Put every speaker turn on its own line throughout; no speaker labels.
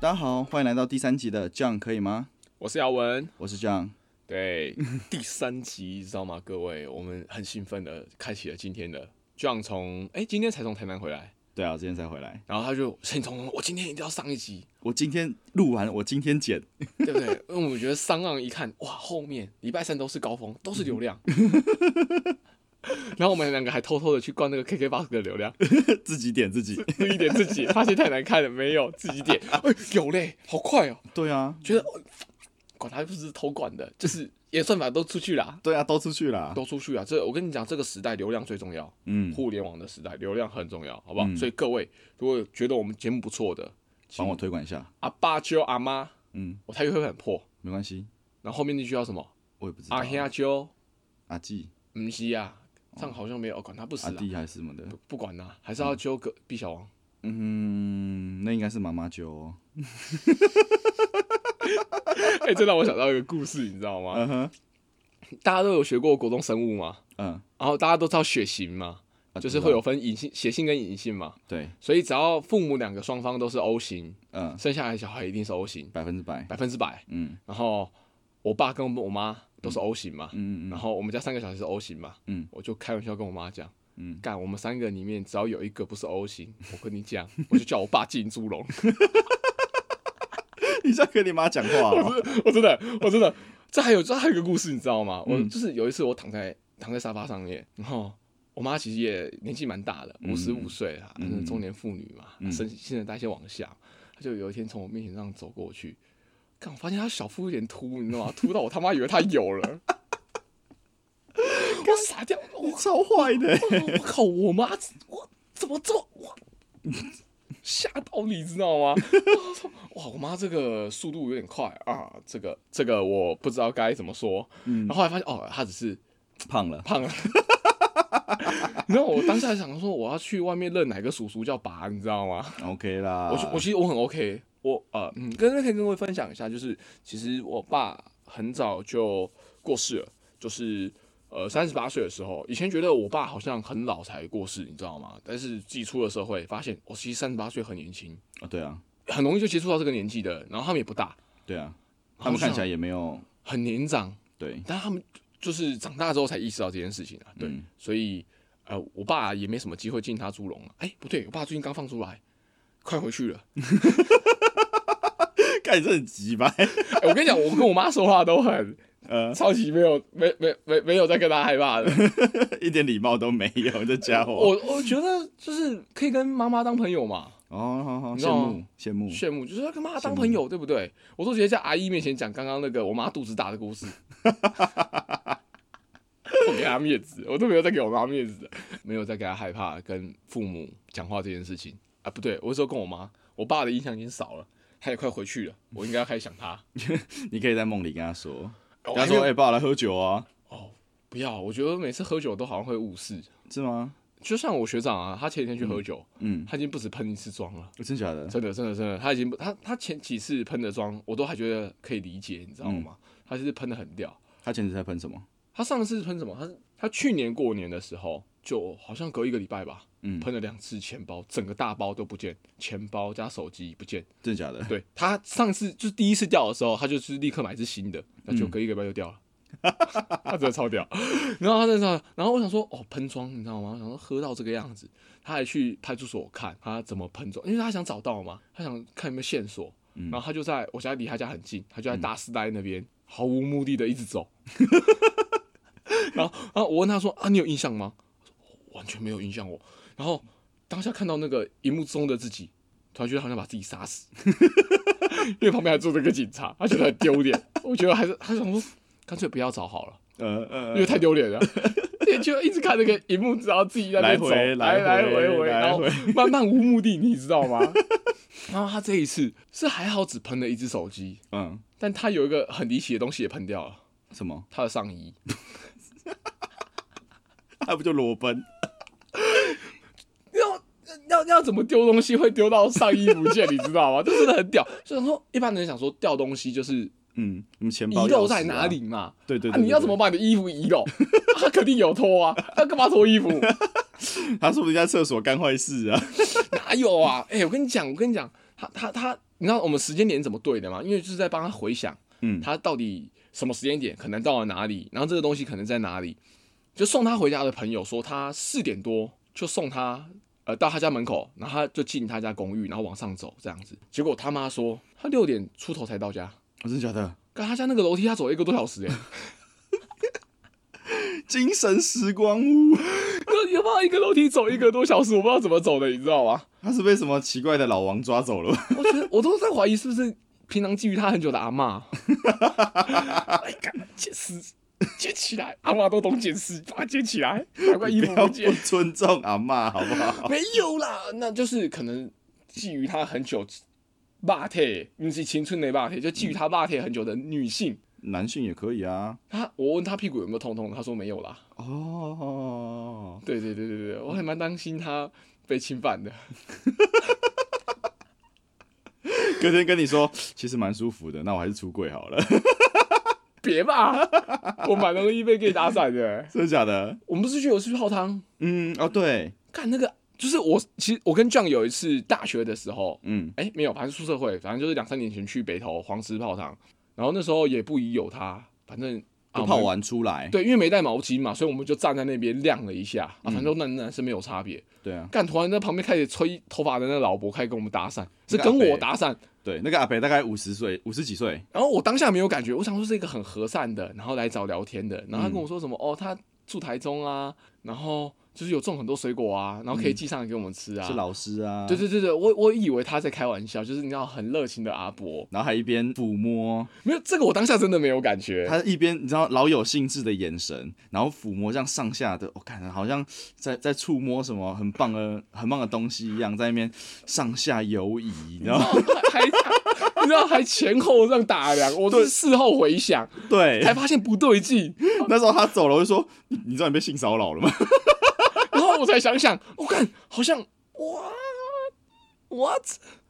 大家好，欢迎来到第三集的《这样可以吗》？
我是姚文。
我是 John。
对， 第三集知道吗？各位，我们很兴奋的开启了今天的。就像从哎、今天才从台南回来，
对啊，我今天才回来。
然后他就兴冲冲，我今天一定要上一集，
我今天录完，我今天剪。
对不对？因为我觉得上岸一看，哇，后面礼拜三都是高峰，都是流量。然后我们两个还偷偷的去灌那个 KKBox 的流量，
自己点自 己。
自己点自己，发现太难看了，没有自己点，哎、有嘞，好快哦，
对啊，
觉得、哦管他是不是偷管的，就是演算法都出去啦，
对啊，都出去啦。
都出去啊。这我跟你讲，这个时代流量最重要，
嗯，
互联网的时代流量很重要，好不好？
嗯
所以各位如果觉得我们节目不错的，
帮我推广一下。
阿爸揪阿妈，
嗯，
我台语会不会很破，
没关系，
然后后面那句叫什么？
我也不知道。
阿兄揪。
阿纪、
唔是啊，唱好像没有，哦管他不死
阿
啊，
弟嗯还是什么的？
不不管啦、还是要揪个毕小王。
嗯，那应该是妈妈酒哦。
哎、这让我想到一个故事，你知道吗？
嗯哼，
大家都有学过国中生物嘛，
嗯，
然后大家都知道血型嘛，
啊
就是会有分隐性、血性跟隐性嘛，
对，
所以只要父母两个双方都是 O 型，
嗯，
生下来的小孩一定是 O 型，
百分之百。
百分之百。
嗯
然后我爸跟我妈都是 O 型嘛，
嗯嗯嗯，
然后我们家三个小孩是 O 型嘛，
嗯
我就开玩笑跟我妈讲，
嗯
干我们三个里面只要有一个不是 O 型，我跟你讲，我就叫我爸进猪笼。
你在跟你妈讲话 哦？
我真的，我真的，这还有这还有一个故事，你知道吗？我
嗯
就是有一次我躺在躺在沙发上面，然后我妈其实也年纪蛮大的，
嗯
五十五岁了，
嗯
嗯、中年妇女嘛，
嗯
身新陈代谢往下，她就有一天从我面前上走过去，看我发现她小腹有点凸，你知道吗？凸到我他妈以为她有了。 我傻掉！我
你超坏 的。
我靠！我妈，我怎么这么我吓到你知道吗？ 我操哇，我妈这个速度有点快啊，这个这个我不知道该怎么说。
嗯
然后后来发现哦，她只是
胖了。
胖了。 然后我当下想说，我要去外面认哪个叔叔叫爸，你知道吗？
OK 啦。
我其我其实我很 OK，我呃嗯，跟可以跟各位分享一下，就是其实我爸很早就过世了，就是呃三十八岁的时候，以前觉得我爸好像很老才过世，你知道吗？但是自己出了社会，发现我、其实三十八岁很年轻，
哦，对啊，
很容易就接触到这个年纪的，然后他们也不大，
对啊，他们看起来也没有
很年长，
对。
但他们就是长大之后才意识到这件事情啊，对，
嗯
所以呃，我爸也没什么机会进他猪笼了、哎、不对，我爸最近刚放出来，快回去了。
干这很急吧？
哎 我跟你讲，我跟我妈说话都很
呃，
超级没有没没没没有在跟她害怕的。
一点礼貌都没有，这家伙。
我我觉得就是可以跟妈妈当朋友嘛，
哦，好好
你知
羡
道
慕
吗
羡慕。
炫目就是要跟妈妈当朋友，对不对？我都直接在阿姨面前讲刚刚那个我妈肚子大的故事。 我给她面子，我都没有再给我妈面子的，没有再给她害怕跟父母讲话这件事情啊。不对，我说跟我妈，我爸的印象已经少了，他也快回去了，我应该要开始想他。
你可以在梦里跟他说，跟
我哦还
他
没有
说：“哎，爸，我来喝酒啊，
不要，我觉得每次喝酒都好像会误事。
是吗
就像我学长啊，他前几天去喝酒，？”
嗯，
他已经不止喷一次妆了，
真假的？
真的，真的，真的，他已经不他他前几次喷的妆，我都还觉得可以理解，你知道
嗯
吗？他就是喷的很屌。
他前几天在喷什么？
他上次喷什么？他是他去年过年的时候，就好像隔一个礼拜吧，
嗯
喷了两次钱包，整个大包都不见，钱包加手机不见。
真假的？
对他上次就是第一次掉的时候，他就是立刻买一只新的，那就隔一个礼拜就掉了。他真的超屌，然后他在那，然后我想说，哦，喷妆你知道吗？我想说喝到这个样子，他还去派出所看他怎么喷妆，因为他想找到嘛，他想看有没有线索。然后他就在我家离他家很近，他就在大师呆那边、毫无目的的一直走。 然后，然后我问他说：“啊，你有印象吗？”他说完全没有印象我。然后当下看到那个荧幕中的自己，突然觉得好像把自己杀死，因为旁边还坐着一个警察，他觉得很丢脸。我觉得还是他想说，干脆不要找好了，
呃
因为
呃，
太丢脸了。 你就一直看那个荧幕，然后自己在那边走，
来回
来
来回
回回，
来
然后
回
慢慢无目的，你知道吗？ 然后他这一次是还好，只喷了一只手机，
嗯，
但他有一个很离奇的东西也喷掉了，
什么？
他的上衣。
他不就裸奔？
要要要怎么丢东西会丢到上衣不见，你知道吗？这真的很屌。就想说，一般人想说掉东西就是遗
嗯，你们钱包
漏
钥匙
在
啊
哪？里嘛？
对对
啊，
对，
你要
对
怎么？把你的衣服遗漏？ 他肯定有脱啊，他干嘛脱衣服？
对 他说不定在厕所干坏事啊。
哪有啊？哎、我跟你讲，我跟你讲，他他他你知道我们时间点怎么对的吗？因为就是在帮他回想，
嗯
他到底什么时间点可能到了哪里，然后这个东西可能在哪里。就送他回家的朋友说，他四点多就送他呃到他家门口，然后他就进他家公寓，然后往上走这样子。结果他妈说他六点出头才到家，
哦真的假的？
干他家那个楼梯他走了一个多小时哎、欸，
精神时光屋，
那他妈一个楼梯走一个多小时，我不知道怎么走的，你知道吗？
他是被什么奇怪的老王抓走了吧？
我觉得我都在怀疑是不是平常觊觎他很久的阿嬷。哎，干捡尸捡起来，阿嬷都懂捡尸，把它捡起来，难怪衣
你
服
不要
不
不
见。
尊重阿嬷好不好？
没有啦，那就是可能觊觎他很久，霸体，不是青春的霸体，就觊觎他霸体很久的女性。
男性也可以啊。
他我问他屁股有没有痛痛，他说没有啦。
哦，
对对对对对，我还蛮担心他被侵犯的。
隔天跟你说，其实蛮舒服的，那我还是出柜好了，
别吧， 我蛮容易被 gay 打散的。
真的假的？
我们不是去有去泡汤，
嗯，哦对，
看那个就是我，其实我跟 John 有一次大学的时候，
嗯
哎、没有，反正宿舍会，反正就是两三年前去北投黄石泡汤，然后那时候也不疑有他，反正
都
啊
泡
我们
完出来，
对，因为没带毛巾嘛，所以我们就站在那边晾了一下啊，
嗯
反正都男男生没有差别。
对啊，
干，突然在旁边开始吹头发的那个老伯开始跟我们搭讪，是
那
跟
阿伯
我搭讪，
对，那个阿北大概五十岁，五十几岁，
然后我当下没有感觉，我想说是一个很和善的，然后来找聊天的，
嗯
然后他跟我说什么、哦，他住台中啊，然后就是有种很多水果啊，然后可以寄上来给我们吃啊。
嗯是老师啊，
对对对对，我我以为他在开玩笑，就是你知道很热情的阿伯，
然后还一边抚摸，
没有这个我当下真的没有感觉，
他一边你知道老有兴致的眼神，然后抚摸这样上下的，我、看好像在在触摸什么很棒的很棒的东西一样，在那边上下游移，然后
哦还还你知道还前后这样打量，我是事后回想
对，
才发现不对劲，
那时候他走了，我就说你你知道你被性骚扰了吗？
然后我才想想，我、看好像哇 what，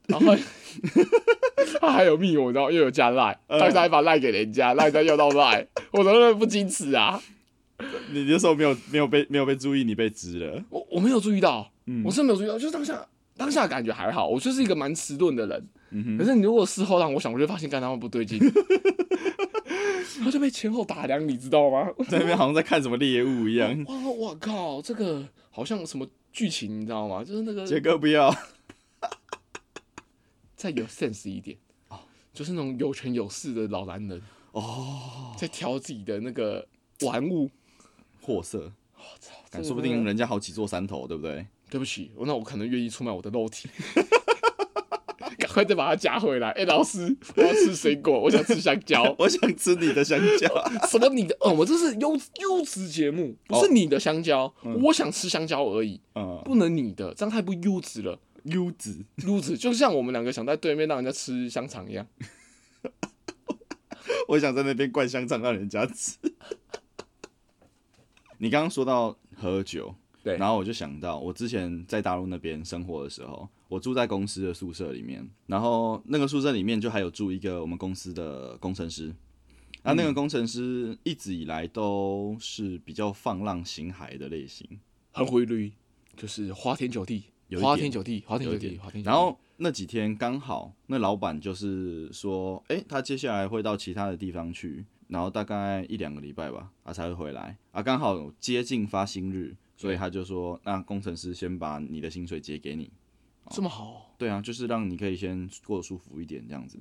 然后他还有密我，然后又有加赖，
嗯
但是还把赖给人家，赖再要到赖，我能不能不矜持啊？
你那时候没有没有被没有被注意，你被知了，
我我没有注意到，
嗯
我真的没有注意到，就是当下当下感觉还好，我就是一个蛮迟钝的人。
嗯
可是你如果事后让我想，我就会发现干他们不 对劲，然后就被前后打量，你知道吗？
哼，在那边好像在看什么猎物一样。
哇，我靠，这个好像什么剧情，你知道吗？就是那
杰
个
哥不要，
再有 sense 一点，
哦
就是那种有权有势的老男人哦，在挑自己的那个玩物。
货色，
我操，这
敢
个
说不
真的
定人家好几座山头，对不对？。
对不起，那我可能愿意出卖我的肉体。 赶快再把它夹回来！哎、老师，我要吃水果，我想吃香蕉
我想吃你的香蕉，
什么你的？哦，我这是优优质节目，不是你的香蕉。我想吃香蕉而已，
嗯，
不能你的，这样太不优质了。
优子，
路子就像我们两个想在对面让人家吃香肠一样，
我想在那边灌香肠让人家吃。你刚刚说到喝酒，
对
然后我就想到我之前在大陆那边生活的时候，我住在公司的宿舍里面，然后那个宿舍里面就还有住一个我们公司的工程师，那那个工程师一直以来都是比较放浪形骸的类型，
很回绿，就是花天酒地，
有一点
花天酒地，花天
有
酒
一
地，
点
花天酒地。
然后那几天刚好，那老板就是说，诶，他接下来会到其他的地方去，然后大概一两个礼拜吧，他才会回来啊。刚好接近发薪日，所以他就说，那工程师先把你的薪水结给你。
这么好，哦
对啊，就是让你可以先过得舒服一点这样子，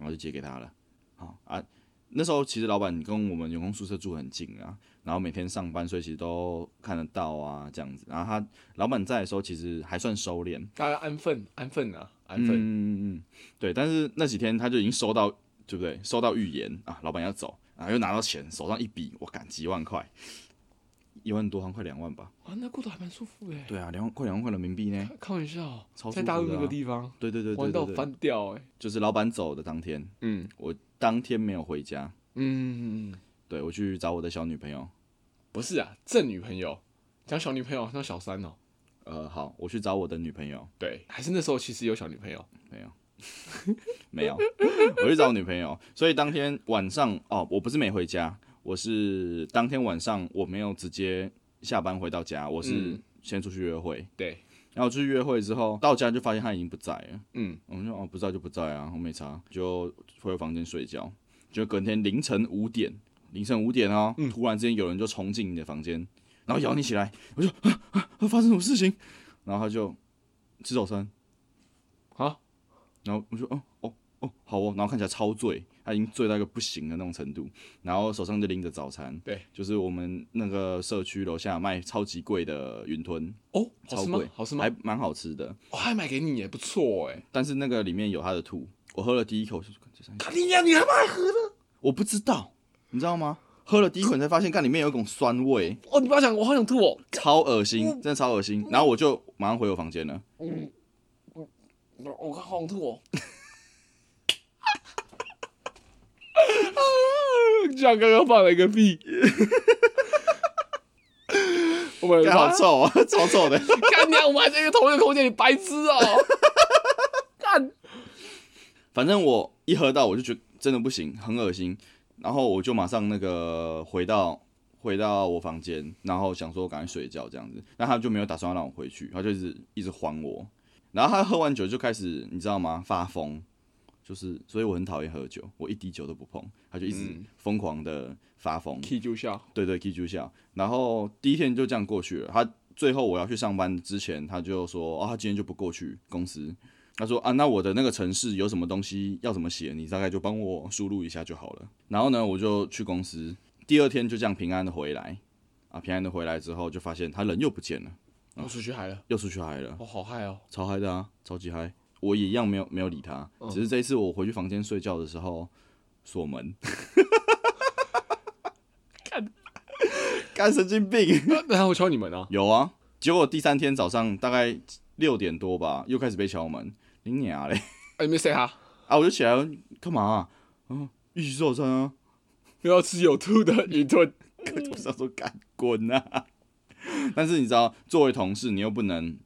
然后就结给他了。好啊，那时候其实老板跟我们员工宿舍住很近啊，然后每天上班，所以其实都看得到啊这样子。然后他老板在的时候，其实还算收敛。
大家安分，安分啊，安
嗯
分。
嗯嗯，对。但是那几天他就已经收到，对不对？收到预言啊，老板要走啊，又拿到钱，手上一笔，我感几万块，一万多，好像快两万吧。
啊，那过得还蛮舒服的。
对啊，两万快两万块人民币呢。
开玩笑哦
超，
在
舒
大
服
陆
的
那个
啊
地方
对对对
玩
对
到
对对，
翻掉，哎，
就是老板走的当天，
嗯
我当天没有回家，
嗯，
对我去找我的小女朋友。
不是啊，正女朋友，讲小女朋友好像小三哦，
呃，好，我去找我的女朋友，
对，还是那时候其实有小女朋友，
没有，没有， 我去找我女朋友。所以当天晚上，哦，我不是没回家，我是当天晚上我没有直接下班回到家，我是
嗯
先出去约会。
对，
然后去约会之后，到家就发现他已经不在了。
嗯，
我们就哦不在就不在啊，我没差，就回房间睡觉。就隔天凌晨五点，凌晨五点哦，
嗯
突然之间有人就冲进你的房间，然后摇你起来，我就啊啊啊发生什么事情？然后他就吃早餐，
啊，
然后我就哦哦哦好哦，然后看起来超醉，他已经醉到一个不行的那种程度，然后手上就拎着早餐，
对，
就是我们那个社区楼下卖超级贵的云吞，
哦，好
超
吃吗
贵？，
好吃吗？
还蛮好吃的，
我、还买给你也不错哎、
但是那个里面有他的吐，我喝了第一口就是干这三
看你呀，你他妈还喝的！
我不知道，你知道吗？喝了第一口你才发现，干里面有一种酸味，
哦，你不要讲，我好想吐哦。
超恶心，真的超恶心。然后我就马上回我房间了。
我好想吐哦。像刚刚放了一个 屁，我们
干好臭 啊，臭臭的。
干娘，我们还在一个同一个空间，你白痴哦、干，
反正我一喝到我就觉得真的不行，很恶心。然后我就马上那个回到回到我房间，然后想说我赶快睡觉这样子。那他就没有打算要让我回去，他就一直一直还我。然后他喝完酒就开始，你知道吗？发疯，就是所以我很讨厌喝酒，我一滴酒都不碰，他就一直疯狂的发疯。
踢就笑。
对对，K 住校。然后第一天就这样过去了。他最后我要去上班之前，他就说：“哦，他今天就不过去公司。”他说：“啊，那我的那个城市有什么东西要怎么写，你大概就帮我输入一下就好了。”然后呢，我就去公司。第二天就这样平安的回来啊，平安的回来之后，就发现他人又不见了，
我出去嗨了，
又出去嗨了，
我、好嗨哦！
超嗨的啊，超级嗨。我也一样没有没有理他，只是这一次我回去房间睡觉的时候锁门，
干，
干神经病。
那他会敲你们啊？
有啊，结果第三天早上大概六点多吧，又开始被敲门，你娘嘞！
哎、你没谁哈？
啊，我就起来干嘛、啊？嗯，一起吃早餐啊！
又要吃有吐的云吞，
我就想说干滚啊！但是你知道，作为同事，你又不能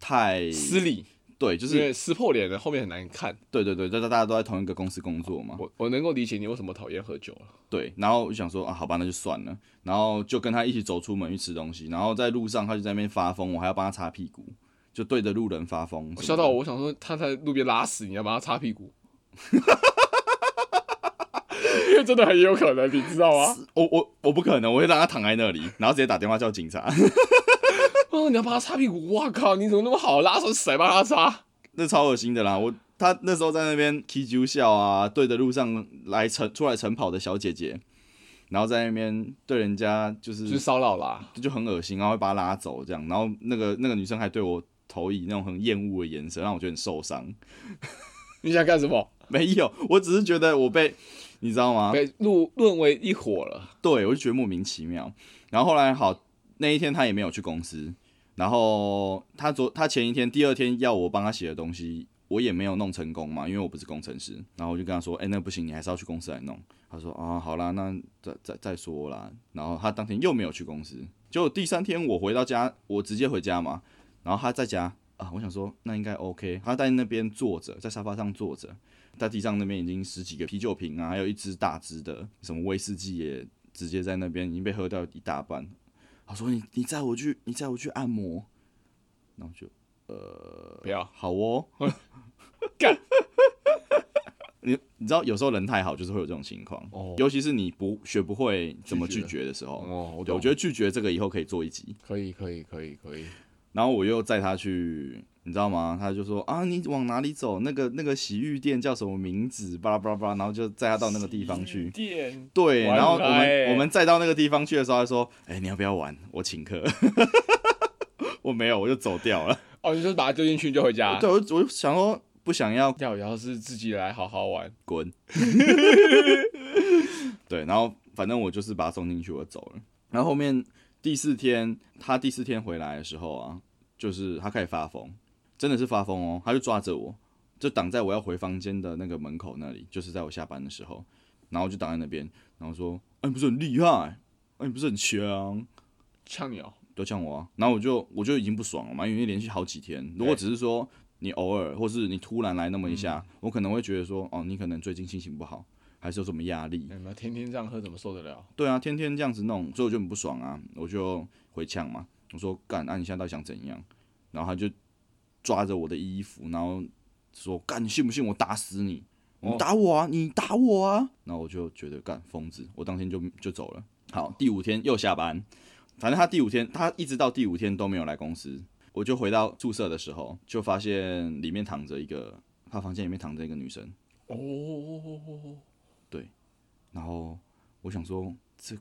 太
失礼，
对，就
因
是
为撕破脸了，后面很难看。
对对对，大家大家都在同一个公司工作嘛，
我我能够理解你为什么讨厌喝酒了。
对。然后我就想说啊，好吧，那就算了。然后就跟他一起走出门去吃东西，然后在路上他就在那边发疯，我还要帮他擦屁股，就对着路人发疯什么
我
的。
笑到我，我想说他在路边拉屎，你要帮他擦 屁股，因为真的很有可能，你知道吗？
我我我不可能，我会让他躺在那里，然后直接打电话叫警察。
哦，你要帮他擦屁股，哇靠，你怎么那么好，拉手谁帮他擦？
那超恶心的啦！我他那时候在那边 K 啾笑啊，对着路上来晨出来晨跑的小姐姐，然后在那边对人家就是
就是骚扰啦，
就很恶心，然后会把他拉走这样，然后那个那个女生还对我投以那种很厌恶的眼神，让我觉得很受伤。
你想干什么？
没有，我只是觉得我被你知道吗？
被路论为一伙了，
对，我就觉得莫名其妙。然后后来好，那一天他也没有去公司，然后他昨他前一天、第二天要我帮他写的东西，我也没有弄成功嘛，因为我不是工程师。然后我就跟他说：“哎、那不行，你还是要去公司来弄。”他说：“啊，好啦，那再再再说啦。”然后他当天又没有去公司。结果第三天我回到家，我直接回家嘛，然后他在家啊，我想说那应该 OK。他在那边坐着，在沙发上坐着。在地上那边已经十几个啤酒瓶啊，还有一只大只的什么威士忌也直接在那边已经被喝掉一大半。他说：“你你载我去，你载我去按摩。”然后就
不要
好哦，
干。
你你知道有时候人太好就是会有这种情况，
哦
尤其是你不学不会怎么拒
拒绝
绝的时候。
哦，我
对，我觉得拒绝这个以后可以做一集。
可以，可以，可以，可以，
然后我又载他去，你知道吗？他就说啊，你往哪里走？那个那个洗浴店叫什么名字？巴拉巴拉巴拉，然后就载他到那个地方去。
店
对，
玩
然后我
来欸
们我们再到那个地方去的时候，他说：“哎、你要不要玩？我请客。” 我没有，我就走掉了。
哦，你就把它丢进去就回家。
呃对，我就我就想说不想要
要要是自己来好好玩，
滚。 对，然后反正我就是把他送进去，我走了。然后后面第四天，他第四天回来的时候啊，就是他开始发疯，真的是发疯哦，他就抓着我，就挡在我要回房间的那个门口那里，就是在我下班的时候，然后就挡在那边，然后说：“哎、你不是很厉害？哎、你不是很强？”
呛你哦。
都呛我啊，然后我就我就已经不爽了嘛，因为连续好几天。如果只是说你偶尔，或是你突然来那么一下，我可能会觉得说，哦，你可能最近心情不好，还是有什么压力？
你们天天这样喝怎么受得了？
对啊，天啊天这样子弄，所以我就很不爽啊，我就回呛嘛，我说干，那、你现在到底想怎样？然后他就抓着我的衣服，然后说：“干，你信不信我打死你？你打我啊，你打我啊！”然后我就觉得干疯子，我当天就就走了。好，第五天又下班，反正他第五天，他一直到第五天都没有来公司。我就回到宿舍的时候，就发现里面躺着一个，他房间里面躺着一个女生。
哦，
然后我想说，这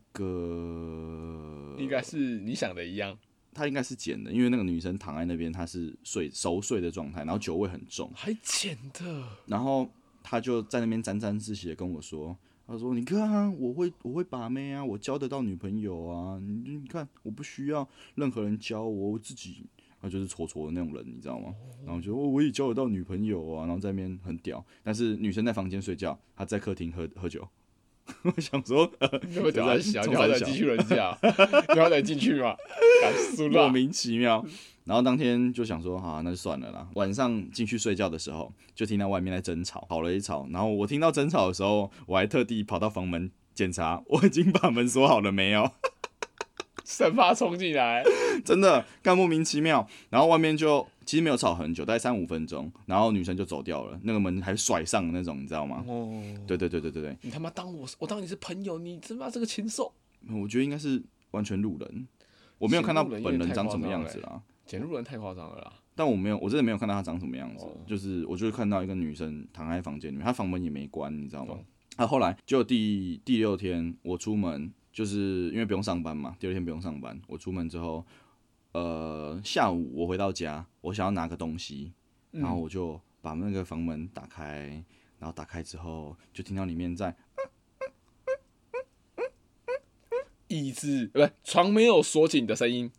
个
应该是你想的一样，
她应该是捡的，因为那个女生躺在那边，她是睡熟睡的状态，然后酒味很重，
还捡的，
然后她就在那边沾沾自喜的跟我说。她说：“你看啊，我会我会把妹啊，我交得到女朋友啊。你你看，我不需要任何人教我，我自己啊就是挫挫的那种人，你知道吗？然后我就哦我也交得到女朋友啊，然后在那边很屌。但是女生在房间睡觉，她在客厅喝喝酒。 我想说，
那么屌在小，
这
你好歹
这
进去人家，你好歹进去嘛，敢 输
莫
了，
名其妙。
嗯
然后当天就想说，好、那就算了啦。晚上进去睡觉的时候，就听到外面在争吵，吵了一吵。然后我听到争吵的时候，我还特地跑到房门检查， 我已经把门锁好了没有？
生怕冲进来，
真的干莫名其妙。然后外面就其实没有吵很久，大概三五分钟，然后女生就走掉了，那个门还甩上的那种，你知道吗？
哦，
对对对对对对，
你他妈当我是我当你是朋友，你他妈这个禽兽，
我觉得应该是完全路人，我没有看到
路人
本
有
人
点太
长
夸
什么
张
样
了
子啦。
捡路人太夸张了啦，
但我没有，我真的没有看到她长什么样子，
哦
就是我就看到一个女生躺在房间里面，她房门也没关，你知道吗
懂？
她、后来就第第六天我出门，就是因为不用上班嘛，第二天不用上班，我出门之后，呃，下午我回到家，我想要拿个东西，
嗯
然后我就把那个房门打开，然后打开之后就听到里面在
椅子不是床没有锁紧的声音，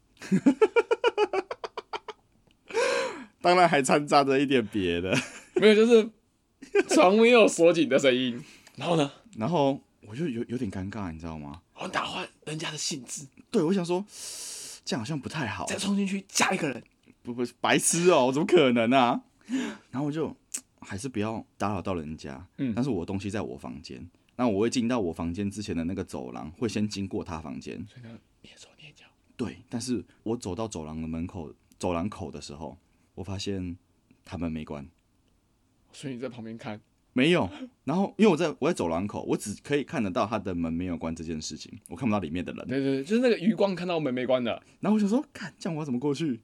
当然还掺杂着一点别的，
没有就是床没有锁紧的声音，然后呢，
然后我就有有点尴尬，你知道吗？
我打坏人家的兴致，
对，我想说这样好像不太好，
再冲进去加一个人，
不不白痴哦、怎么可能啊？然后我就还是不要打扰到人家，
嗯
但是我的东西在我房间，那我会进到我房间之前的那个走廊，会先经过他房间，
所以呢，蹑手蹑脚，
对，但是我走到走廊的门口，走廊口的时候，我发现他们没关，
所以你在旁边看，
没有，然后因为我在我在走廊口，我只可以看得到他的门没有关这件事情，我看不到里面的人，
对对对，就是那个余光看到门没关的，
然后我想说，看这样我要怎么过去？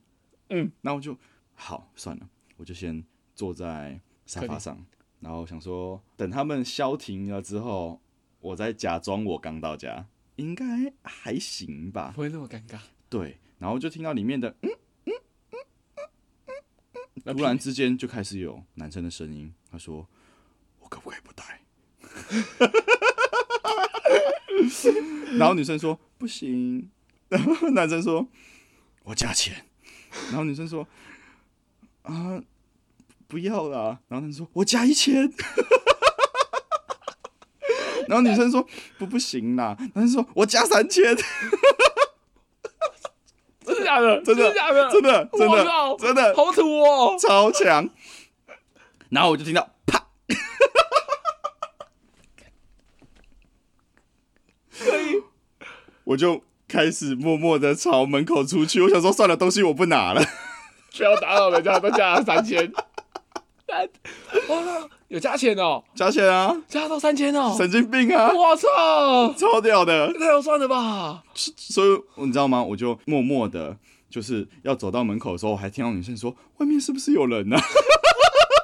嗯，
然后我就好算了，我就先坐在沙发上，然后想说等他们消停了之后，我再假装我刚到家，应该还行吧？
不会那么尴尬。
对，然后就听到里面的，嗯
那
突然之间就开始有男生的声音，他说：“我可不可以不戴？” 然后女生说：“不行。” 然后男生说：“我加钱。”然后女生说：“啊、不要啦。”然后男生说：“我加一千。” 然后女生说：“不，不行啦。”男生说：“我加三千。”
真的假的？
真的
的假的？
真的，真
我
的
靠，
真的
好土哦！
超强。然后我就听到啪，我就开始默默的朝门口出去。我想说，算了，东西我不拿了。
不要打扰人家，都加了三千。哇，有加钱哦，
加钱啊，
加到三千哦！
神经病啊，
我操，
超屌的
这。太划算了吧？
所以你知道吗？我就默默的，就是要走到门口的时候，我还听到女生说：“外面是不是有人啊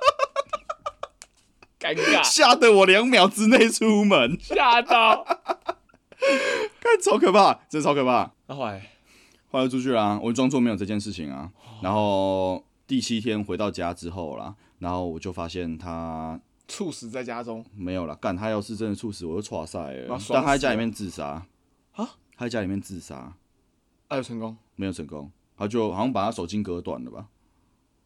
尴？”尬，
吓得我两秒之内出门，
吓到。
看超可怕，真的超可怕。
那后来，
后来出去啦、啊我就装作没有这件事情啊。然后第七天回到家之后啦，然后我就发现他
猝死在家中，
没有了。干，他要是真的猝死，我就错赛了
哇爽。死
但他在家里面自杀
啊？
他在家里面自杀，
哎，有成功，
没有成功，他就好像把他手筋割断了吧。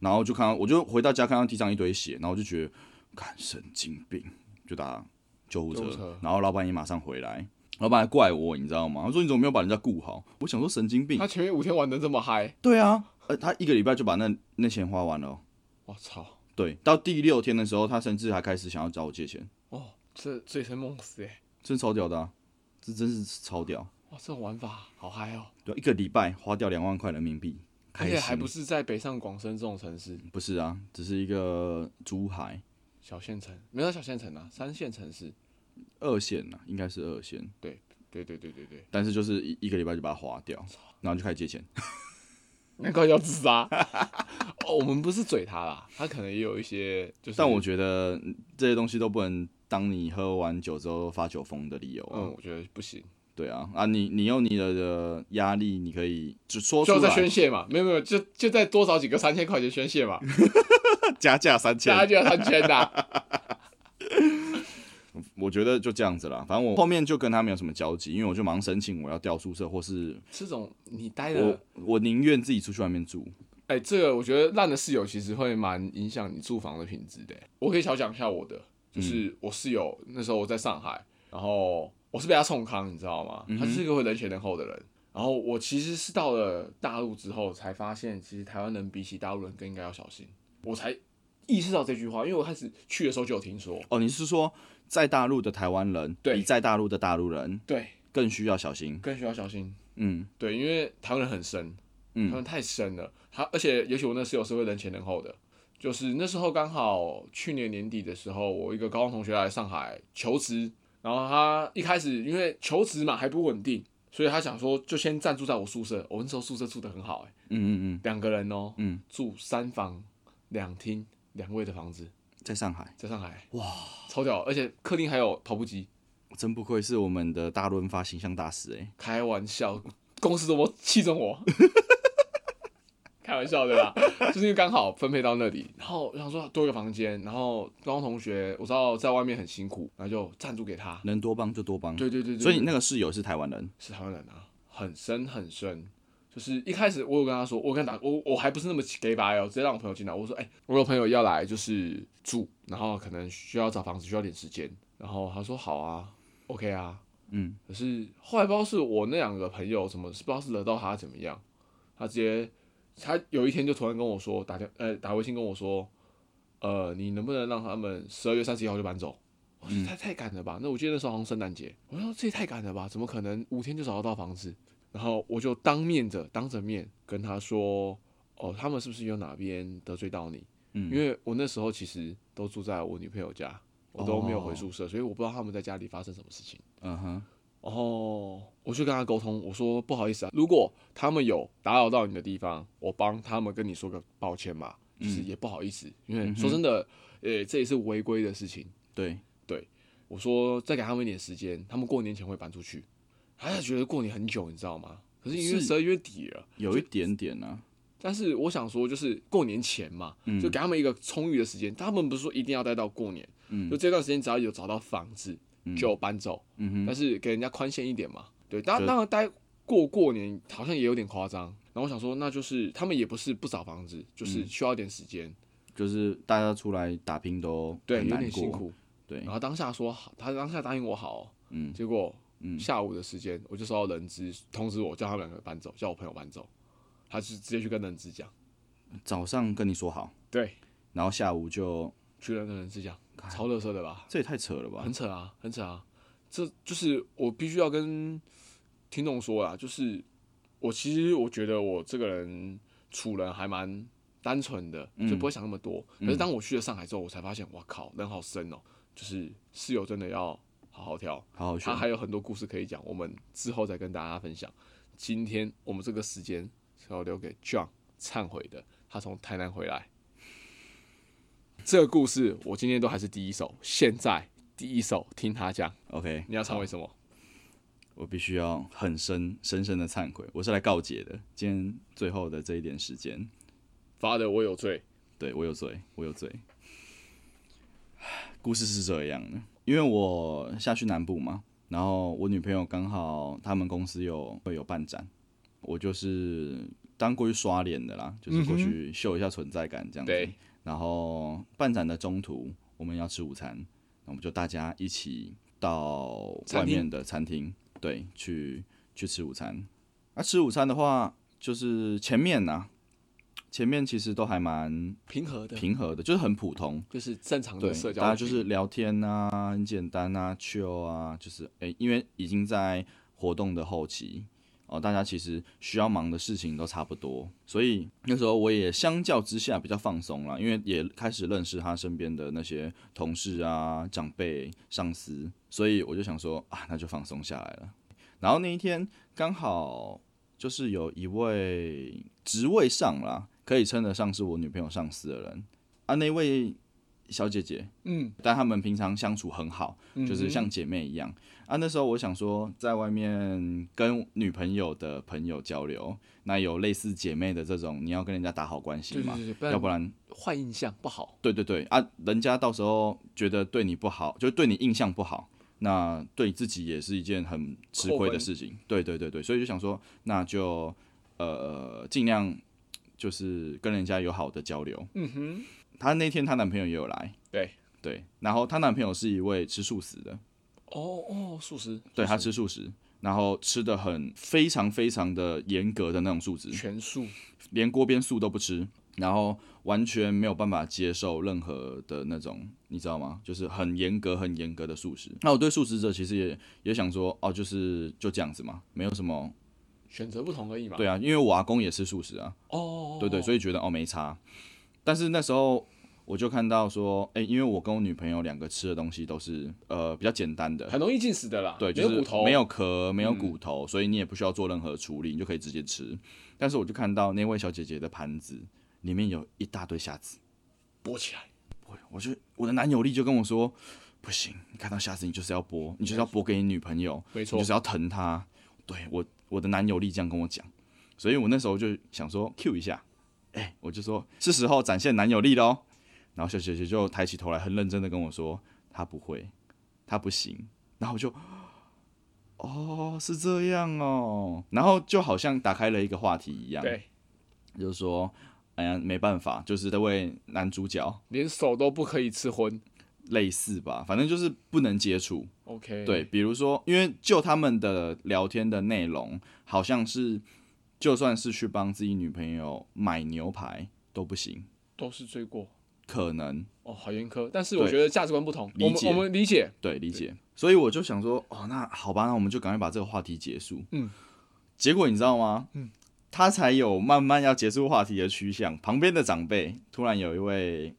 然后就看到，我就回到家看到地上一堆血，然后我就觉得，看神经病，就打救护车。
救护车
然后老板也马上回来，老板还怪我，你知道吗？他说你怎么没有把人家顾好？我想说神经病
他。前面五天玩的这么嗨，
对啊，呃，他一个礼拜就把那那钱花完了哦、
我操，
对，到第六天的时候，他甚至还开始想要找我借钱，
哦，这醉生梦死哎，
真超屌的、啊，这真是超屌。
哇，这种玩法好嗨
啊
哦！
对，一个礼拜花掉两万块人民币，
而
开
且
心
还不是在北上广深这种城市，
不是啊，只是一个珠海
小县城，没有小县城啊，三线城市。
二线啊，应该是二线，
对对对对对，
但是就是一一个礼拜就把它花掉，然后就开始借钱。
难怪要自杀。 哦，我们不是嘴他啦，他可能也有一些就是，
但我觉得嗯这些东西都不能当你喝完酒之后发酒疯的理由啊。
嗯，我觉得不行，
对啊，啊你你用你的的压力，你可以就说出
就在
来，
宣泄嘛，没有没有，就就再多找几个三千块钱宣泄嘛，
加价三千
大，家就要三千啦。
我觉得就这样子啦。反正我后面就跟他没有什么交集，因为我就忙申请我要调宿舍，或是
这种你待
我
了，
我宁愿自己出去外面住。
哎、这个我觉得烂的室友其实会蛮影响你住房的品质的。欸我可以小讲一下我的，就是我室友那时候我在上海，然后我是被他冲康，你知道吗？他是一个会人前人后的人。然后我其实是到了大陆之后才发现，其实台湾人比起大陆人更应该要小心。我才意识到这句话，因为我开始去的时候就有听说，
哦，你是说在大陆的台湾人
对
比在大陆的大陆人
对，
更需要小心？
更需要小心。
嗯，
对，因为台湾人很深，
嗯
台湾太深了。他而且，也许我那室友是会人前人后的，就是那时候刚好去年年底的时候，我一个高中同学来上海求职，然后他一开始因为求职嘛还不稳定，所以他想说就先暂住在我宿舍。我那时候宿舍住的很好、欸，
嗯嗯嗯，
两个人哦、
嗯，
住三房两厅两卫的房子，
在上海，
在上海，哇，超屌！而且客厅还有跑步机，
真不愧是我们的大润发形象大使哎、
开玩笑，公司多么器重我， 开玩笑的啦，就是因为刚好分配到那里，然后我想说多一个房间，然后高中同学我知道在外面很辛苦，然后就赞助给他。
能多帮就多帮。
对对对对，
所以你那个室友是台湾人，
是台湾人啊，很深很深。就是一开始我有跟他说，我跟他打，我我还不是那么 gay 白哦，直接让我朋友进来，我说，哎、我有朋友要来，就是住，然后可能需要找房子，需要点时间，然后他说好啊，OK 啊，
嗯，
可是后来不知道是我那两个朋友怎么，是不知道是惹到他怎么样，他直接，他有一天就突然跟我说，打电呃打微信跟我说，呃，你能不能让他们十二月三十一号就搬走？我
嗯
说太太赶了吧？那我记得那时候好像圣诞节，我说这也太赶了吧？怎么可能五天就找得到房子？然后我就当面着当着面跟他说，哦，他们是不是有哪边得罪到你？
嗯
因为我那时候其实都住在我女朋友家，我都没有回
哦
宿舍，所以我不知道他们在家里发生什么事情。
嗯哼，
然后哦我就跟他沟通，我说不好意思啊，如果他们有打扰到你的地方，我帮他们跟你说个抱歉嘛，就是也不好意思，因为说真的，呃、这也是违规的事情。
对，
我说再给他们一点时间，他们过年前会搬出去。他就觉得过年很久，你知道吗？可是因
是
为十二月底了，
有一点点啊，
但是我想说，就是过年前嘛，就给他们一个充裕的时间。他们不是说一定要待到过年，
嗯
就这段时间只要有找到房子就搬走，
嗯
但是给人家宽限一点嘛。对，当
就
当然待过过年好像也有点夸张。然后我想说，那就是他们也不是不找房子，就是需要一点时间，
哼，就是大家出来打拼都
对，
很嗯
有
难
点辛
过，
苦。
对
然，后当下说好，他当下答应我好哦、
嗯
结果
嗯
下午的时间我就收到人资通知我，叫他们两个搬走，叫我朋友搬走，他是直接去跟人资讲，
早上跟你说好，
对，
然后下午就，
去跟人资讲，超乐色的吧？
这也太扯了吧？
很扯啊，很扯啊！这就是我必须要跟听众说啦，就是我其实我觉得我这个人处人还蛮单纯的，就不会想那么多。可是当我去了上海之后，我才发现，哇靠，人好深哦、就是室友真的要好好挑，
好好学
啊他，还有很多故事可以讲，我们之后再跟大家分享。今天我们这个时间是要留给 John 忏悔的，他从台南回来。这个故事我今天都还是第一手，现在第一手听他讲。
OK，
你要忏悔什么？
我必须要很深深深的忏悔，我是来告解的。今天最后的这一点时间，
发的我有罪，
对我有罪，我有罪。故事是这样的，因为我下去南部嘛，然后我女朋友刚好他们公司有会有办展，我就是当过去刷脸的啦，就是过去秀一下存在感这样子。
嗯对
然后办展的中途，我们要吃午餐，那我们就大家一起到外
餐厅
面的餐厅，对，去去吃午餐。那、吃午餐的话，就是前面呐、前面其实都还蛮
平和的，
平和的，就是很普通，
就是正常
对
的社，交，
大家就是聊天啊，很简单啊，chill 啊，就是诶、因为已经在活动的后期，哦，大家其实需要忙的事情都差不多，所以那时候我也相较之下比较放松了，因为也开始认识他身边的那些同事啊、长辈、上司，所以我就想说啊，那就放松下来了。然后那一天刚好就是有一位职位上啦，可以称得上是我女朋友上司的人啊，那位小姐姐，
嗯，
但他们平常相处很好，就是像姐妹一样。啊，那时候我想说，在外面跟女朋友的朋友交流，那有类似姐妹的这种，你要跟人家打好关系
对对
嘛，
对对，不
要
然
不然，
坏印象不好。
对对对啊，人家到时候觉得对你不好，就对你印象不好，那对自己也是一件很吃亏
扣
的
分
事情。对对对对，所以就想说，那就呃尽量就是跟人家有好的交流。
嗯哼，
她那天她男朋友也有来，
对，
对，然后她男朋友是一位吃素食的，
哦哦，素食，
对
素
她
食
吃素食，然后吃的很非常非常的严格的那种素食，
全素，
连锅边素都不吃，然后完全没有办法接受任何的那种，你知道吗？就是很严格、很严格的素食。那我对素食者其实也也想说，哦，就是就这样子嘛，没有什么。
选择不同而已嘛。
对啊，因为我阿公也吃素食啊，
哦，哦，
对对，所以觉得哦没差。但是那时候我就看到说，哎、因为我跟我女朋友两个吃的东西都是呃比较简单的
以，很容易进食的啦。
对，
没
就
有
是
骨头，嗯
没有壳，没有骨头，所以你也不需要做任何处理，你就可以直接吃。但是我就看到那位小姐姐的盘子里面有一大堆虾子，
剥起来，
我就我的男友力就跟我说，不行，你看到虾子你就是要剥，你就是要剥给你女朋友，
没
你就是要疼她。对我我的男友力这样跟我讲，所以我那时候就想说 Q 一下，哎、我就说是时候展现男友力喽。然后小姐姐就抬起头来，很认真的跟我说，她不会，她不行。然后我就，哦，是这样哦。然后就好像打开了一个话题一样，
对，
就是说，哎呀，没办法，就是那位男主角
连手都不可以吃荤。
类似吧，反正就是不能接触。
OK，
对，，比如说，因为就他们的聊天的内容，好像是就算是去帮自己女朋友买牛排都不行，
都是罪过。
可能
哦，好严苛，但是我
对
觉得价值观不同，我
理
们
解
我们理解，
对理解。所以我就想说，哦，那好吧，那我们就赶快把这个话题结束。
嗯，
结果你知道吗？嗯，他才有慢慢要结束话题的趋向。旁边的长辈突然有一位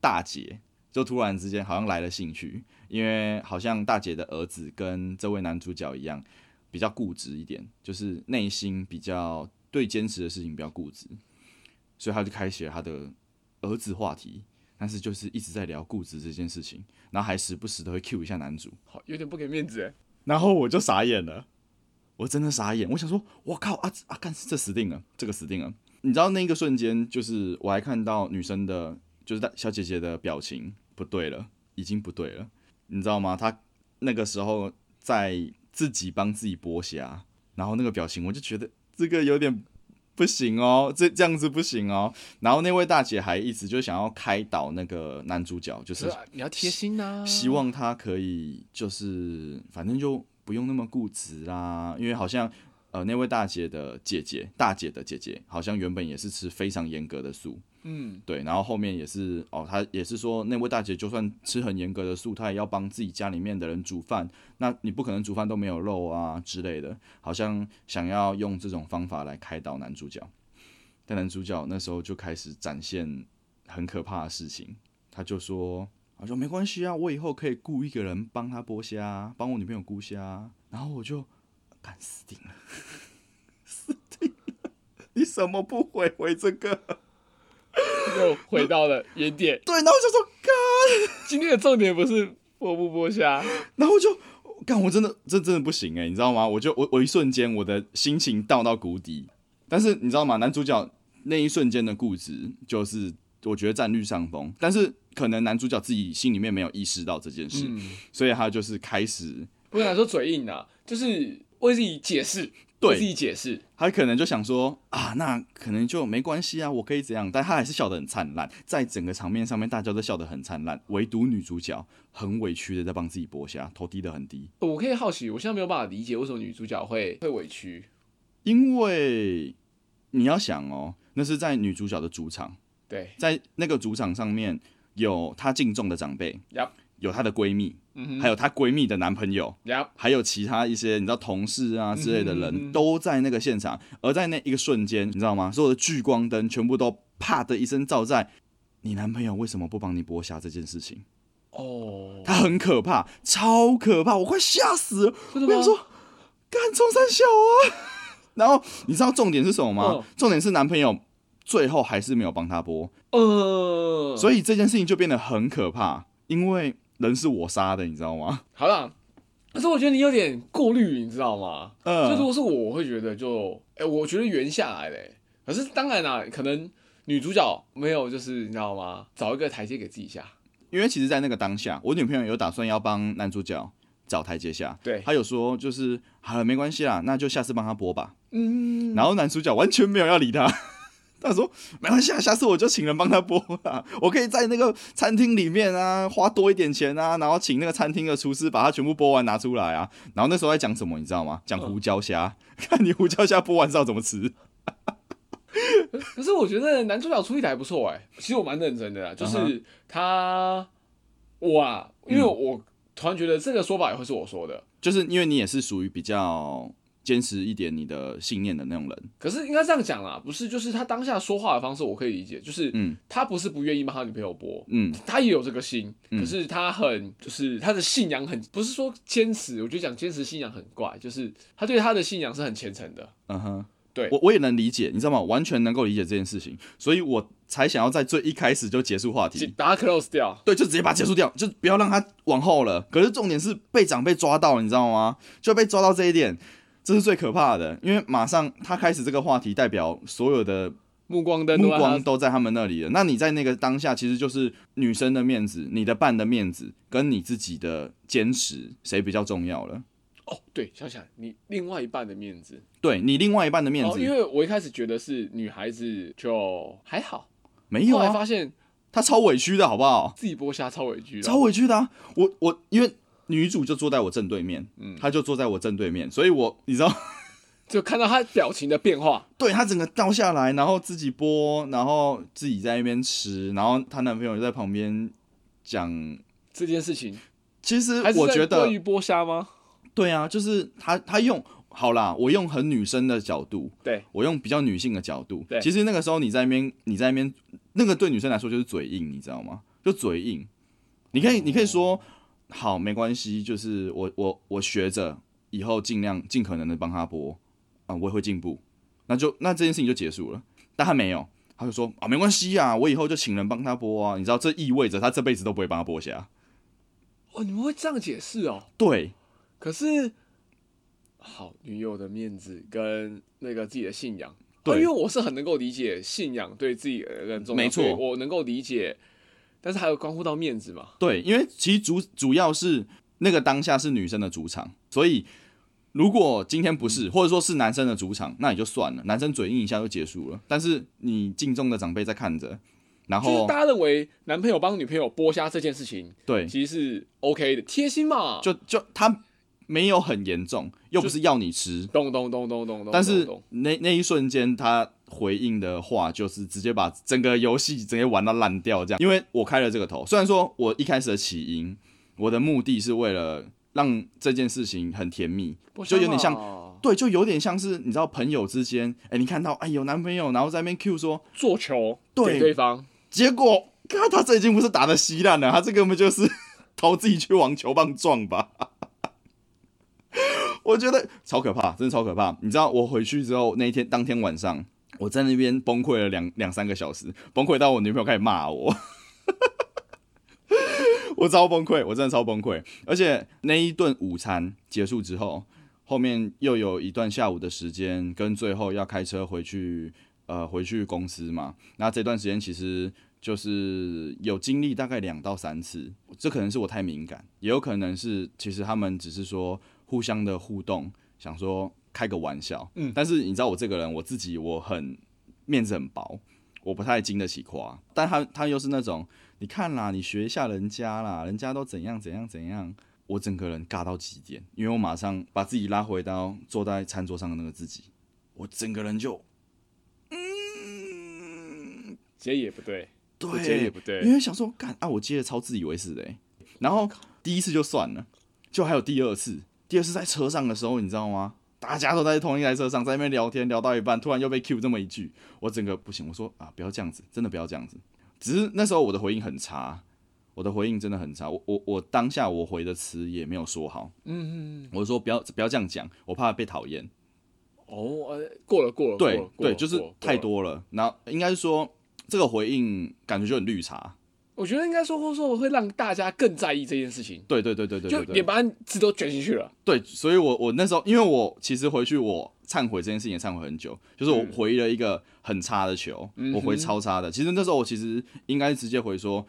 大姐，就突然之间好像来了兴趣，因为好像大姐的儿子跟这位男主角一样，比较固执一点，就是内心比较对坚持的事情比较固执，所以他就开启了他的儿子话题。但是就是一直在聊固执这件事情，然后还时不时的会 cue 一下男主，
好有点不给面子哎。
然后我就傻眼了，我真的傻眼，我想说，我靠啊啊，干这死定了，这个死定了。你知道那一个瞬间，就是我还看到女生的，就是大小姐姐的表情不对了，已经不对了，你知道吗？她那个时候在自己帮自己剥虾，然后那个表情，我就觉得这个有点不行哦，这这样子不行哦。然后那位大姐还一直就想要开导那个男主角，就
可是
是
啊你要贴心呐，
希望他可以就是反正就不用那么固执啦，因为好像呃那位大姐的姐姐，大姐的姐姐好像原本也是吃非常严格的素，
嗯，
对，然后后面也是哦，她也是说那位大姐就算吃很严格的素，她也要帮自己家里面的人煮饭，那你不可能煮饭都没有肉啊之类的，好像想要用这种方法来开导男主角，但男主角那时候就开始展现很可怕的事情，他就说。他说没关系啊，我以后可以雇一个人帮他剥虾，啊帮我女朋友雇虾。啊然后我就，干死定了， 死定了！你怎么不回回这个？
又回到了原点。
对，然后我就说干，
今天的重点不是剥不剥虾，
然后我就干，我真的这真的不行哎、你知道吗？我就我我一瞬间我的心情荡到谷底，但是你知道吗？男主角那一瞬间的固执，就是我觉得占率上风，但是可能男主角自己心里面没有意识到这件事，
嗯，
所以他就是开始，
不敢说嘴硬啊，就是为自己解释，
对
为自己解释，
他可能就想说啊，那可能就没关系啊，我可以怎样，但他还是笑得很灿烂，在整个场面上面大家都笑得很灿烂，唯独女主角很委屈的在帮自己剥虾，头低得很低。
我可以好奇，我现在没有办法理解为什么女主角会会委屈。
因为你要想哦，那是在女主角的主场，
对，
在那个主场上面有她敬重的长辈
Yup
有她的闺蜜，嗯还有她闺蜜的男朋友，
呀，
还有其他一些你知道同事啊之类的
嗯哼嗯
人
哼
都在那个现场，而在那一个瞬间，你知道吗？所有的聚光灯全部都啪的一声照在你男朋友为什么不帮你剥虾这件事情，
哦，
他很可怕，超可怕，我快吓死了！
真
我
的
想
吗？
说，干冲三小啊！ 然后你知道重点是什么吗？
嗯
重点是男朋友最后还是没有帮他剥，
呃，
所
以
以这件事情就变得很可怕，因为人是我杀的，你知道吗？
好啦，可是我觉得你有点过滤，你知道吗？就如
嗯，
果是我，我会觉得就，哎、我觉得圆下来嘞、可是当然啦，可能女主角没有，就是你知道吗？找一个台阶给自己下。
因为其实，在那个当下，我女朋友有打算要帮男主角找台阶下，
对，
她有说就是好了，没关系啦，那就下次帮他剥吧。
嗯，
然后男主角完全没有要理他， 他说没关系啊，下次我就请人帮他剥啦，我可以在那个餐厅里面啊花多一点钱啊，然后请那个餐厅的厨师把它全部剥完拿出来啊。然后那时候在讲什么，你知道吗？讲胡椒虾， 看你胡椒虾剥完之后怎么吃。
可是我觉得男主角处理的还不错哎、其实我蛮认真的啦，就
嗯
是他，我啊，因为我突然觉得这个说法也会是我说的，
就是因为你也是属于比较坚持一点你的信念的那种人，
可是应该这样讲啦，不是，就是他当下说话的方式我可以理解，就是
嗯
他不是不愿意帮他女朋友播，
嗯
他也有这个心，可是他很就是他的信仰很不是说坚持，我觉得讲坚持信仰很怪，就是他对他的信仰是很虔诚的。
嗯哼。
对
我我也能理解，你知道吗？完全能够理解这件事情，所以我才想要在最一开始就结束话题
请，把它 close 掉，
对，就直接把它结束掉，就不要让他往后了。可是重点是被长辈抓到，你知道吗？就被抓到这一点，这是最可怕的，因为马上他开始这个话题，代表所有的
目光灯都
目
在他
光都在他们那里了。那你在那个当下，其实就是女生的面子、你的伴的面子跟你自己的坚持，谁比较重要了？
哦，对，想想你另外一半的面子，
对你另外一半的面
哦，
子、
因为我一开始觉得是女孩子就还好，
没有
后来
啊，
发现
他超委屈的好不好？
自己剥虾超委屈了，
超委屈的、啊。我我因为女主就坐在我正对面，嗯，她就坐在我正对面，所以我你知道。
就看到他表情的变化，
对她整个倒下来，然后自己剥，然后自己在那边吃，然后她男朋友就在旁边讲。
这件事情，
其实
还是
我
在
觉
关于
得，
剥虾吗？
对啊，就是她她用好啦，我用很女生的角度，
对，
我用比较女性的角度
对。
其实那个时候你在那边，你在那边，那个对女生来说就是嘴硬，你知道吗？就嘴硬。你可以，你可以说好，没关系，就是我我我学着以后尽量尽可能的帮她播啊，我也会进步。那就那这件事情就结束了。但她没有，她就说啊，没关系啊，我以后就请人帮她播啊。你知道，这意味着她这辈子都不会帮她播下。
哦，你们会这样解释哦？
对，
可是，好女友的面子跟那个自己的信仰，
对
哦因为我是很能够理解信仰对自己而言重要，
没错
所以我能够理解，但是还有关乎到面子嘛。
对，因为其实主主要是那个当下是女生的主场，所以如果今天不
嗯
是，或者说是男生的主场，那也就算了，男生嘴硬一下就结束了。但是你敬重的长辈在看着，然
就是
后
大家认为男朋友帮女朋友剥虾这件事情，
对，
其实是 OK 的，贴心嘛。
就就他没有很严重，又不是要你吃，
咚咚咚咚咚咚，
但是
咚
那那一瞬间他回应的话就是直接把整个游戏直接玩到烂掉这样，因为我开了这个头，虽然说我一开始的起因，我的目的是为了让这件事情很甜蜜，
咚
就有点像
剥虾嘛
对，就有点像是你知道朋友之间，哎、你看到哎有男朋友，然后在那边 Q 说，
做球
对
给对方，
结果看他这已经不是打的稀烂了，他这根本就是 投自己去往球棒撞吧。 我觉得超可怕，真的超可怕。你知道我回去之后那一天当天晚上，我在那边崩溃了两两三个小时，崩溃到我女朋友开始骂我。 我超崩溃，我真的超崩溃。而且那一顿午餐结束之后，后面又有一段下午的时间，跟最后要开车回去，呃，回去公司嘛。那这段时间其实就是有经历大概两到三次，这可能是我太敏感，也有可能是其实他们只是说互相的互动，想说开个玩笑。
嗯
但是你知道我这个人，我自己我很面子很薄，我不太经得起夸。但他他又是那种，你看啦，你学一下人家啦，人家都怎样怎样怎样。我整个人尬到极点，因为我马上把自己拉回到坐在餐桌上的那个自己，我整个人就，嗯，
接也不对，不接也
对，
不对
因，为想说，干啊，我接的超自以为是的欸、然后第一次就算了，就还有第二次，第二次在车上的时候，你知道吗？大家都在同一台车上，在那边聊天，聊到一半，突然又被 Q 这么一句，我整个不行，我说啊，不要这样子，真的不要这样子。只是那时候我的回应很差，我的回应真的很差，我我我当下我回的词也没有说好，
嗯嗯，嗯
我说不要不要这样讲，我怕被讨厌。
哦，呃过了过了，过
对
了过
对，
了
就是
过了
太多
过了
了。然后应该是说这个回应感觉就很绿茶。
我觉得应该说，或者说我会让大家更在意这件事情，
对对对对对
就
对对，
也把字都卷进去了。
对，所以我我那时候因为我其实回去我忏悔这件事情也忏悔很久，就是我
嗯
回了一个很差的球，
嗯哼
我回超差的。其实那时候我其实应该直接回说，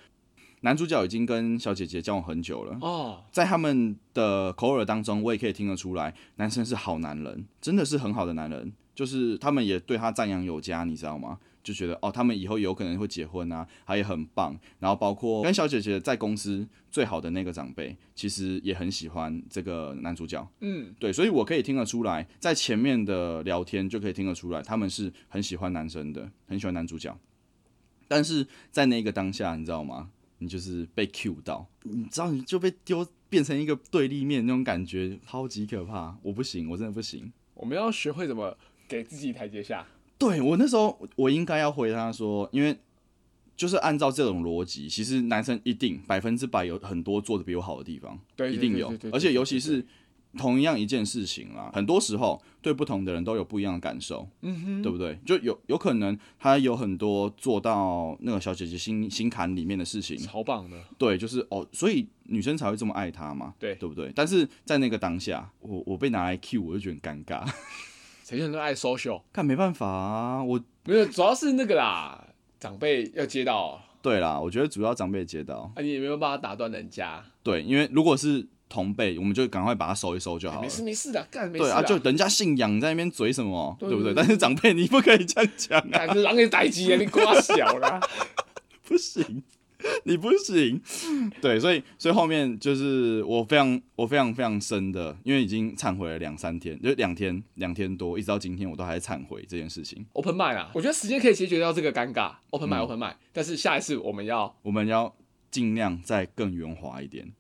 男主角已经跟小姐姐交往很久了。
哦，
在他们的口耳当中，我也可以听得出来，男生是好男人，真的是很好的男人，就是他们也对他赞扬有加，你知道吗？就觉得哦，他们以后有可能会结婚啊，他也很棒。然后包括跟小姐姐在公司最好的那个长辈，其实也很喜欢这个男主角。
嗯，
对，所以我可以听得出来，在前面的聊天就可以听得出来，他们是很喜欢男生的，很喜欢男主角。但是在那个当下，你知道吗？你就是被 Q 到，你知道你就被丢变成一个对立面那种感觉，超级可怕。我不行，我真的不行。
我们要学会怎么给自己台阶下。
对我那时候，我应该要回他说，因为就是按照这种逻辑，其实男生一定百分之百有很多做的比我好的地方，
对对
一定
对
有
对对，
而
对
且
对
尤其
对
是同样一件事情啦，很多时候对不同的人都有不一样的感受，
嗯哼，
对不对？就有有可能他有很多做到那个小姐姐心心坎里面的事情，
超棒的。
对，就是哦，所以女生才会这么爱他嘛，
对
对不对？但是在那个当下，我我被拿来 Q，我就觉得很尴尬，
谁现在都爱 social，
看没办法啊，我
没有，主要是那个啦，长辈要接到，
对啦，我觉得主要长辈接到，
啊，你也没有办法打断人家。
对，因为如果是同辈，我们就赶快把它收一收就好了
哎没。事没事的，干没事
哦对啊，
啦
就人家信仰在那边嘴什么，
对
对不对？
对对
但是长辈你不可以这样讲啊，
干狼给逮鸡啊， 你瓜小啦。
不行， 你不行。
嗯
对，所以所以后面就是我非常我非常非常深的，因为已经忏悔了两三天，就两天两天多，一直到今天我都还在忏悔这件事情。
open mind 啊，我觉得时间可以解决掉这个尴尬，open mind
嗯
open mind，、但是下一次我们要，
我们要尽量再更圆滑一点，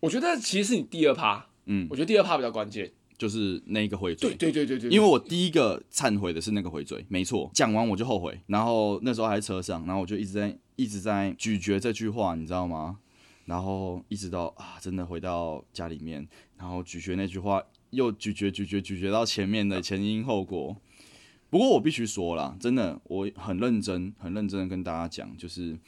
我觉得其实是你第二趴，
嗯
我，觉得第二趴比较关键。
就是那一个回
对
嘴。
对对对对，
因为我第一个忏悔的是那个回嘴，没错，讲完我就后悔，然后那时候还在车上，然后我就一直在一直在咀嚼这句话，你知道吗？然后一直到啊，真的回到家里面，然后咀嚼那句话，又咀嚼咀嚼咀嚼到前面的前因后果。不过我必须说啦，真的，我很认真、很认真的跟大家讲，就是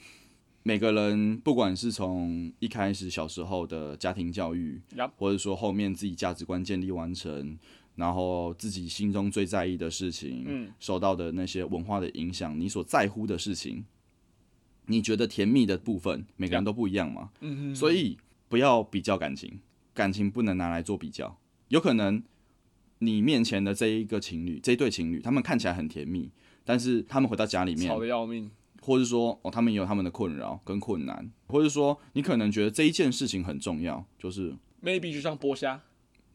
每个人，不管是从一开始小时候的家庭教育
Yup
或者说后面自己价值观建立完成，然后自己心中最在意的事情，
嗯，
受到的那些文化的影响，你所在乎的事情，你觉得甜蜜的部分，每个人都不一样嘛，
嗯哼，
所以不要比较感情，感情不能拿来做比较。有可能你面前的这一个情侣，这一对情侣，他们看起来很甜蜜，但是他们回到家里面
吵，得要命，
或是说哦，他们也有他们的困扰跟困难，或是说你可能觉得这一件事情很重要，就是。
maybe 就像剥虾，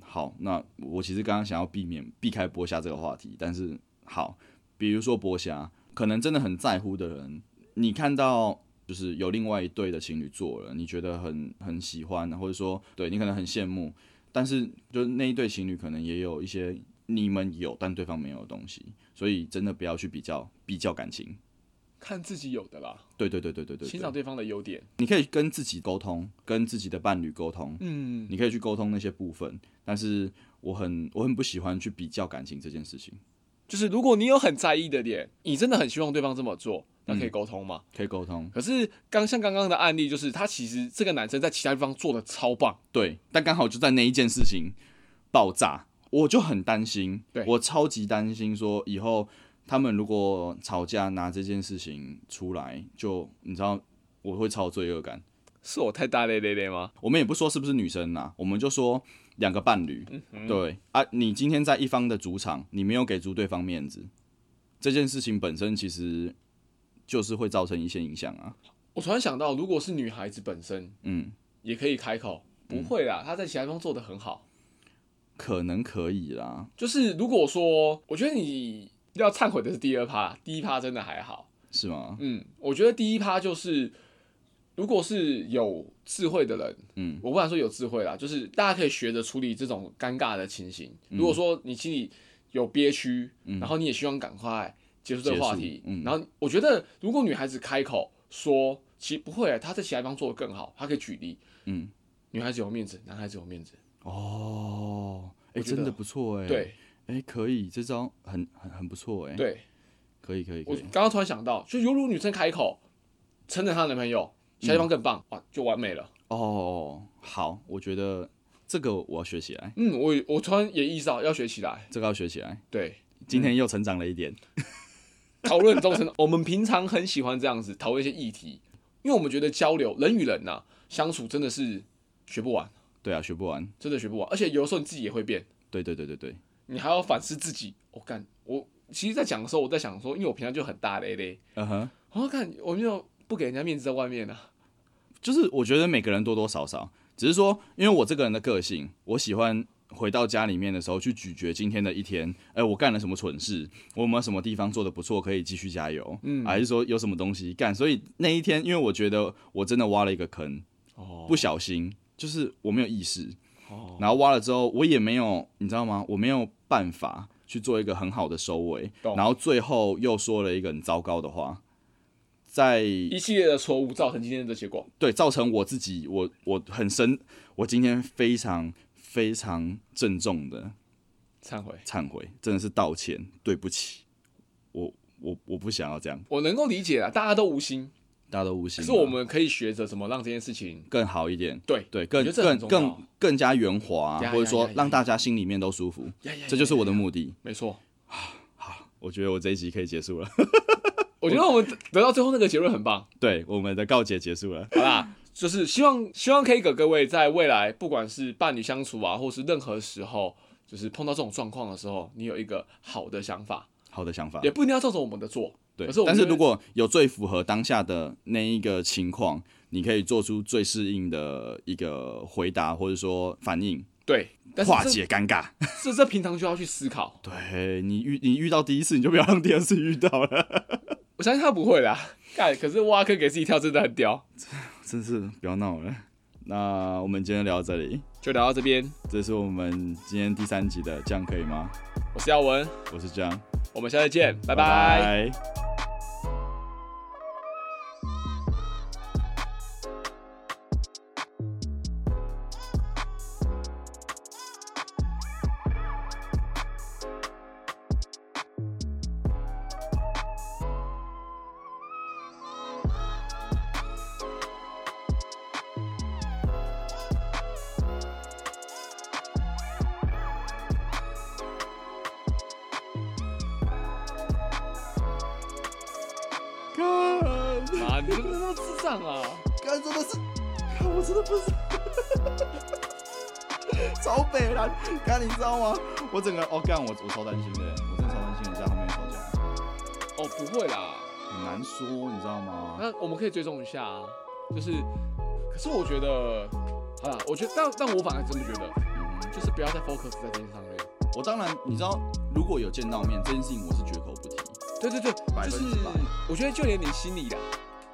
好，那我其实刚刚想要避免避开剥虾这个话题，但是好，比如说剥虾，可能真的很在乎的人，你看到就是有另外一对的情侣做了，你觉得很很喜欢，或者说对你可能很羡慕，但是就是那一对情侣可能也有一些你们有但对方没有的东西，所以真的不要去比较比较感情。
看自己有的啦，
对对对对对对
欣赏
对，
对方的优点。
你可以跟自己沟通，跟自己的伴侣沟通，
嗯，
你可以去沟通那些部分，但是我很我很不喜欢去比较感情这件事情，
就是如果你有很在意的点，你真的很希望对方这么做，那可以沟通嘛。
可以沟通，
可是刚像刚刚的案例，就是他其实这个男生在其他地方做的超棒，
对，但刚好就在那一件事情爆炸，我就很担心，
对
我超级担心说以后他们如果吵架拿这件事情出来，就你知道我会超罪恶感。
是我太大咧咧咧吗？
我们也不说是不是女生啦，我们就说两个伴侣，
嗯
对啊，你今天在一方的主场，你没有给足对方面子，这件事情本身其实就是会造成一些影响啊。
我突然想到，如果是女孩子本身
嗯，
也可以开口，不会啦，他在其他地方做的很好。
可能可以啦，
就是如果说，我觉得你要忏悔的是第二趴，第一趴真的还好。
是吗？
嗯，我觉得第一趴就是，如果是有智慧的人，
嗯，
我不敢说有智慧啦，就是大家可以学着处理这种尴尬的情形。
嗯
如果说你心里有憋屈，然后你也希望赶快结束这个话题
结，束嗯
然后我觉得如果女孩子开口说，其实不会、她在其他地方做的更好，她可以举例，
嗯，
女孩子有面子，男孩子有面子，
哦，哎、
我觉得
真的不错哎、，
对
哎、可以，这招很很很不错哎、
对，
可以可以可
我
以，
刚刚突然想到，就如果女生开口称赞她的男朋友，其他地方更棒，哇，就完美了。
哦，好，我觉得这个我要学起来，
嗯，我我突然也意识到要学起来，
这个要学起来，
对。
今天又成长了一点，
讨论中成， 我们平常很喜欢这样子讨论一些议题，因为我们觉得交流人与人呐、相处真的是学不完，
对啊，学不完，
真的学不完，而且有的时候你自己也会变，
对对对对对，
你还要反思自己。我、干，我其实，在讲的时候，我在想说，因为我平常就很大咧咧，
嗯哼，
我、看我没有不给人家面子在外面啊，
就是我觉得每个人多多少少，只是说，因为我这个人的个性，我喜欢回到家里面的时候去咀嚼今天的一天，哎、我干了什么蠢事，我有没有什么地方做的不错，可以继续加油，嗯，还是说有什么东西干？所以那一天，因为我觉得我真的挖了一个坑，
哦
不小心，就是我没有意识，哦，然后挖了之后，我也没有，你知道吗？我没有办法去做一个很好的收尾，
懂
然后最后又说了一个很糟糕的话，在
一系列的错误造成今天的结果。
对，造成我自己，我我很深，我今天非常非常郑重的
忏悔，
忏悔，真的是道歉，对不起，我我我不想要这样，
我能够理解啊，大家都无心，
大家都无
可
心嘛，
是我们可以学着怎么让这件事情
更好一点，
对
啊对，
我
更
觉得这很
更
重要
更更加圆滑、啊
呀
或者
呀
说
呀
让
呀
大家心里面都舒服，
呀呀呀
这就是我的
呀
目的。
没错。
我觉得我这一集可以结束了，
我觉得我们得到最后那个结论很棒。
对，我们的告解结束了，
好啦，就是希望希望可以给各位在未来，不管是伴侣相处啊，或是任何时候，就是碰到这种状况的时候，你有一个好的想法，
好的想法
也。不一定要照着我们的做。
对
可是我，们
但是
就会
如果有最符合当下的那一个情况，你可以做出最适应的一个回答或者说反应，
对，但是
化
这
解尴尬。
这这平常就要去思考。
对你遇你遇到第一次，你就不要让第二次遇到了，
我相信他不会啦，干，可是挖坑给自己跳真的很屌。
真是不要闹了。那我们今天聊到这里，
就聊到这边，
这是我们今天第三集的，这样可以吗？
我是耀文，
我是这样，
我们下次见，
拜
拜拜
拜看，
啊！你真的要智障啊！
看真的是，看我真的不是， 超北蓝，看你知道吗？我整个哦，干我我超担心的，我真的超担心我在后面吵架，
哦，不会啦。
很难说，你知道吗？嗯
那我们可以追踪一下啊，就是，可是我觉得，好啦，我觉得，但但我反而真的觉得，
嗯
就是不要再 focus 在这件事上面。
我当然，你知道，如果有见到面这件事情，我是绝口不提。
对对对，
百
就
分
是
之百
我觉得就连你心里啦，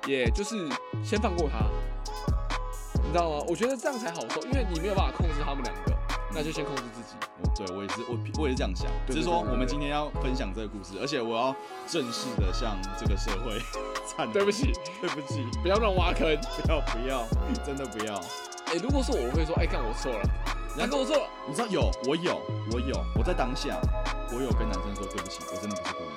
也就是先放过他，你知道吗？我觉得这样才好受，因为你没有办法控制他们两个，那就先控制自己。
我对我也是，我我也是这样想。
对
只是说，
对对对
我们今天要分享这个故事，而且我要正式的向这个社会 忏悔。
对不，起，
对不起，
不要乱挖坑。
不要不要，真的不要。
哎、如果是我，我会说，哎、干我错了，
然
然后我错了，
你知道有，我有，我有，我在当下，我有跟男生说对不起，我真的不是故意的。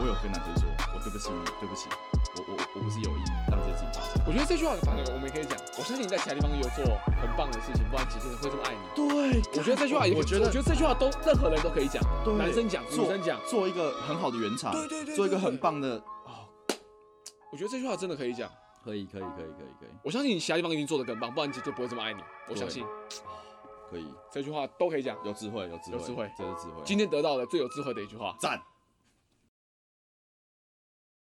我有跟男生说，我对不起你，对不起，我我我不是有意让这件事情发生。
我觉得这句话反正我们也可以讲。我相信你在其他地方也有做很棒的事情，不然姐姐会这么爱你。
对，
我觉得这句话也可以，
我觉得
我觉得这句话都任何人都可以讲，
对
男生讲，女
做
生讲，
做一个很好的圆场，
对对对
做一个
对对
很棒的哦，
我觉得这句话真的可以讲。
可以可以可以可以可以
我相信你其他地方一定做的更棒，不然姐姐不会这么爱你。我相信
可以，
这句话都可以讲，
有智慧有智慧
有智慧
这是智慧，
今天得到了最有智慧的一句话。
赞。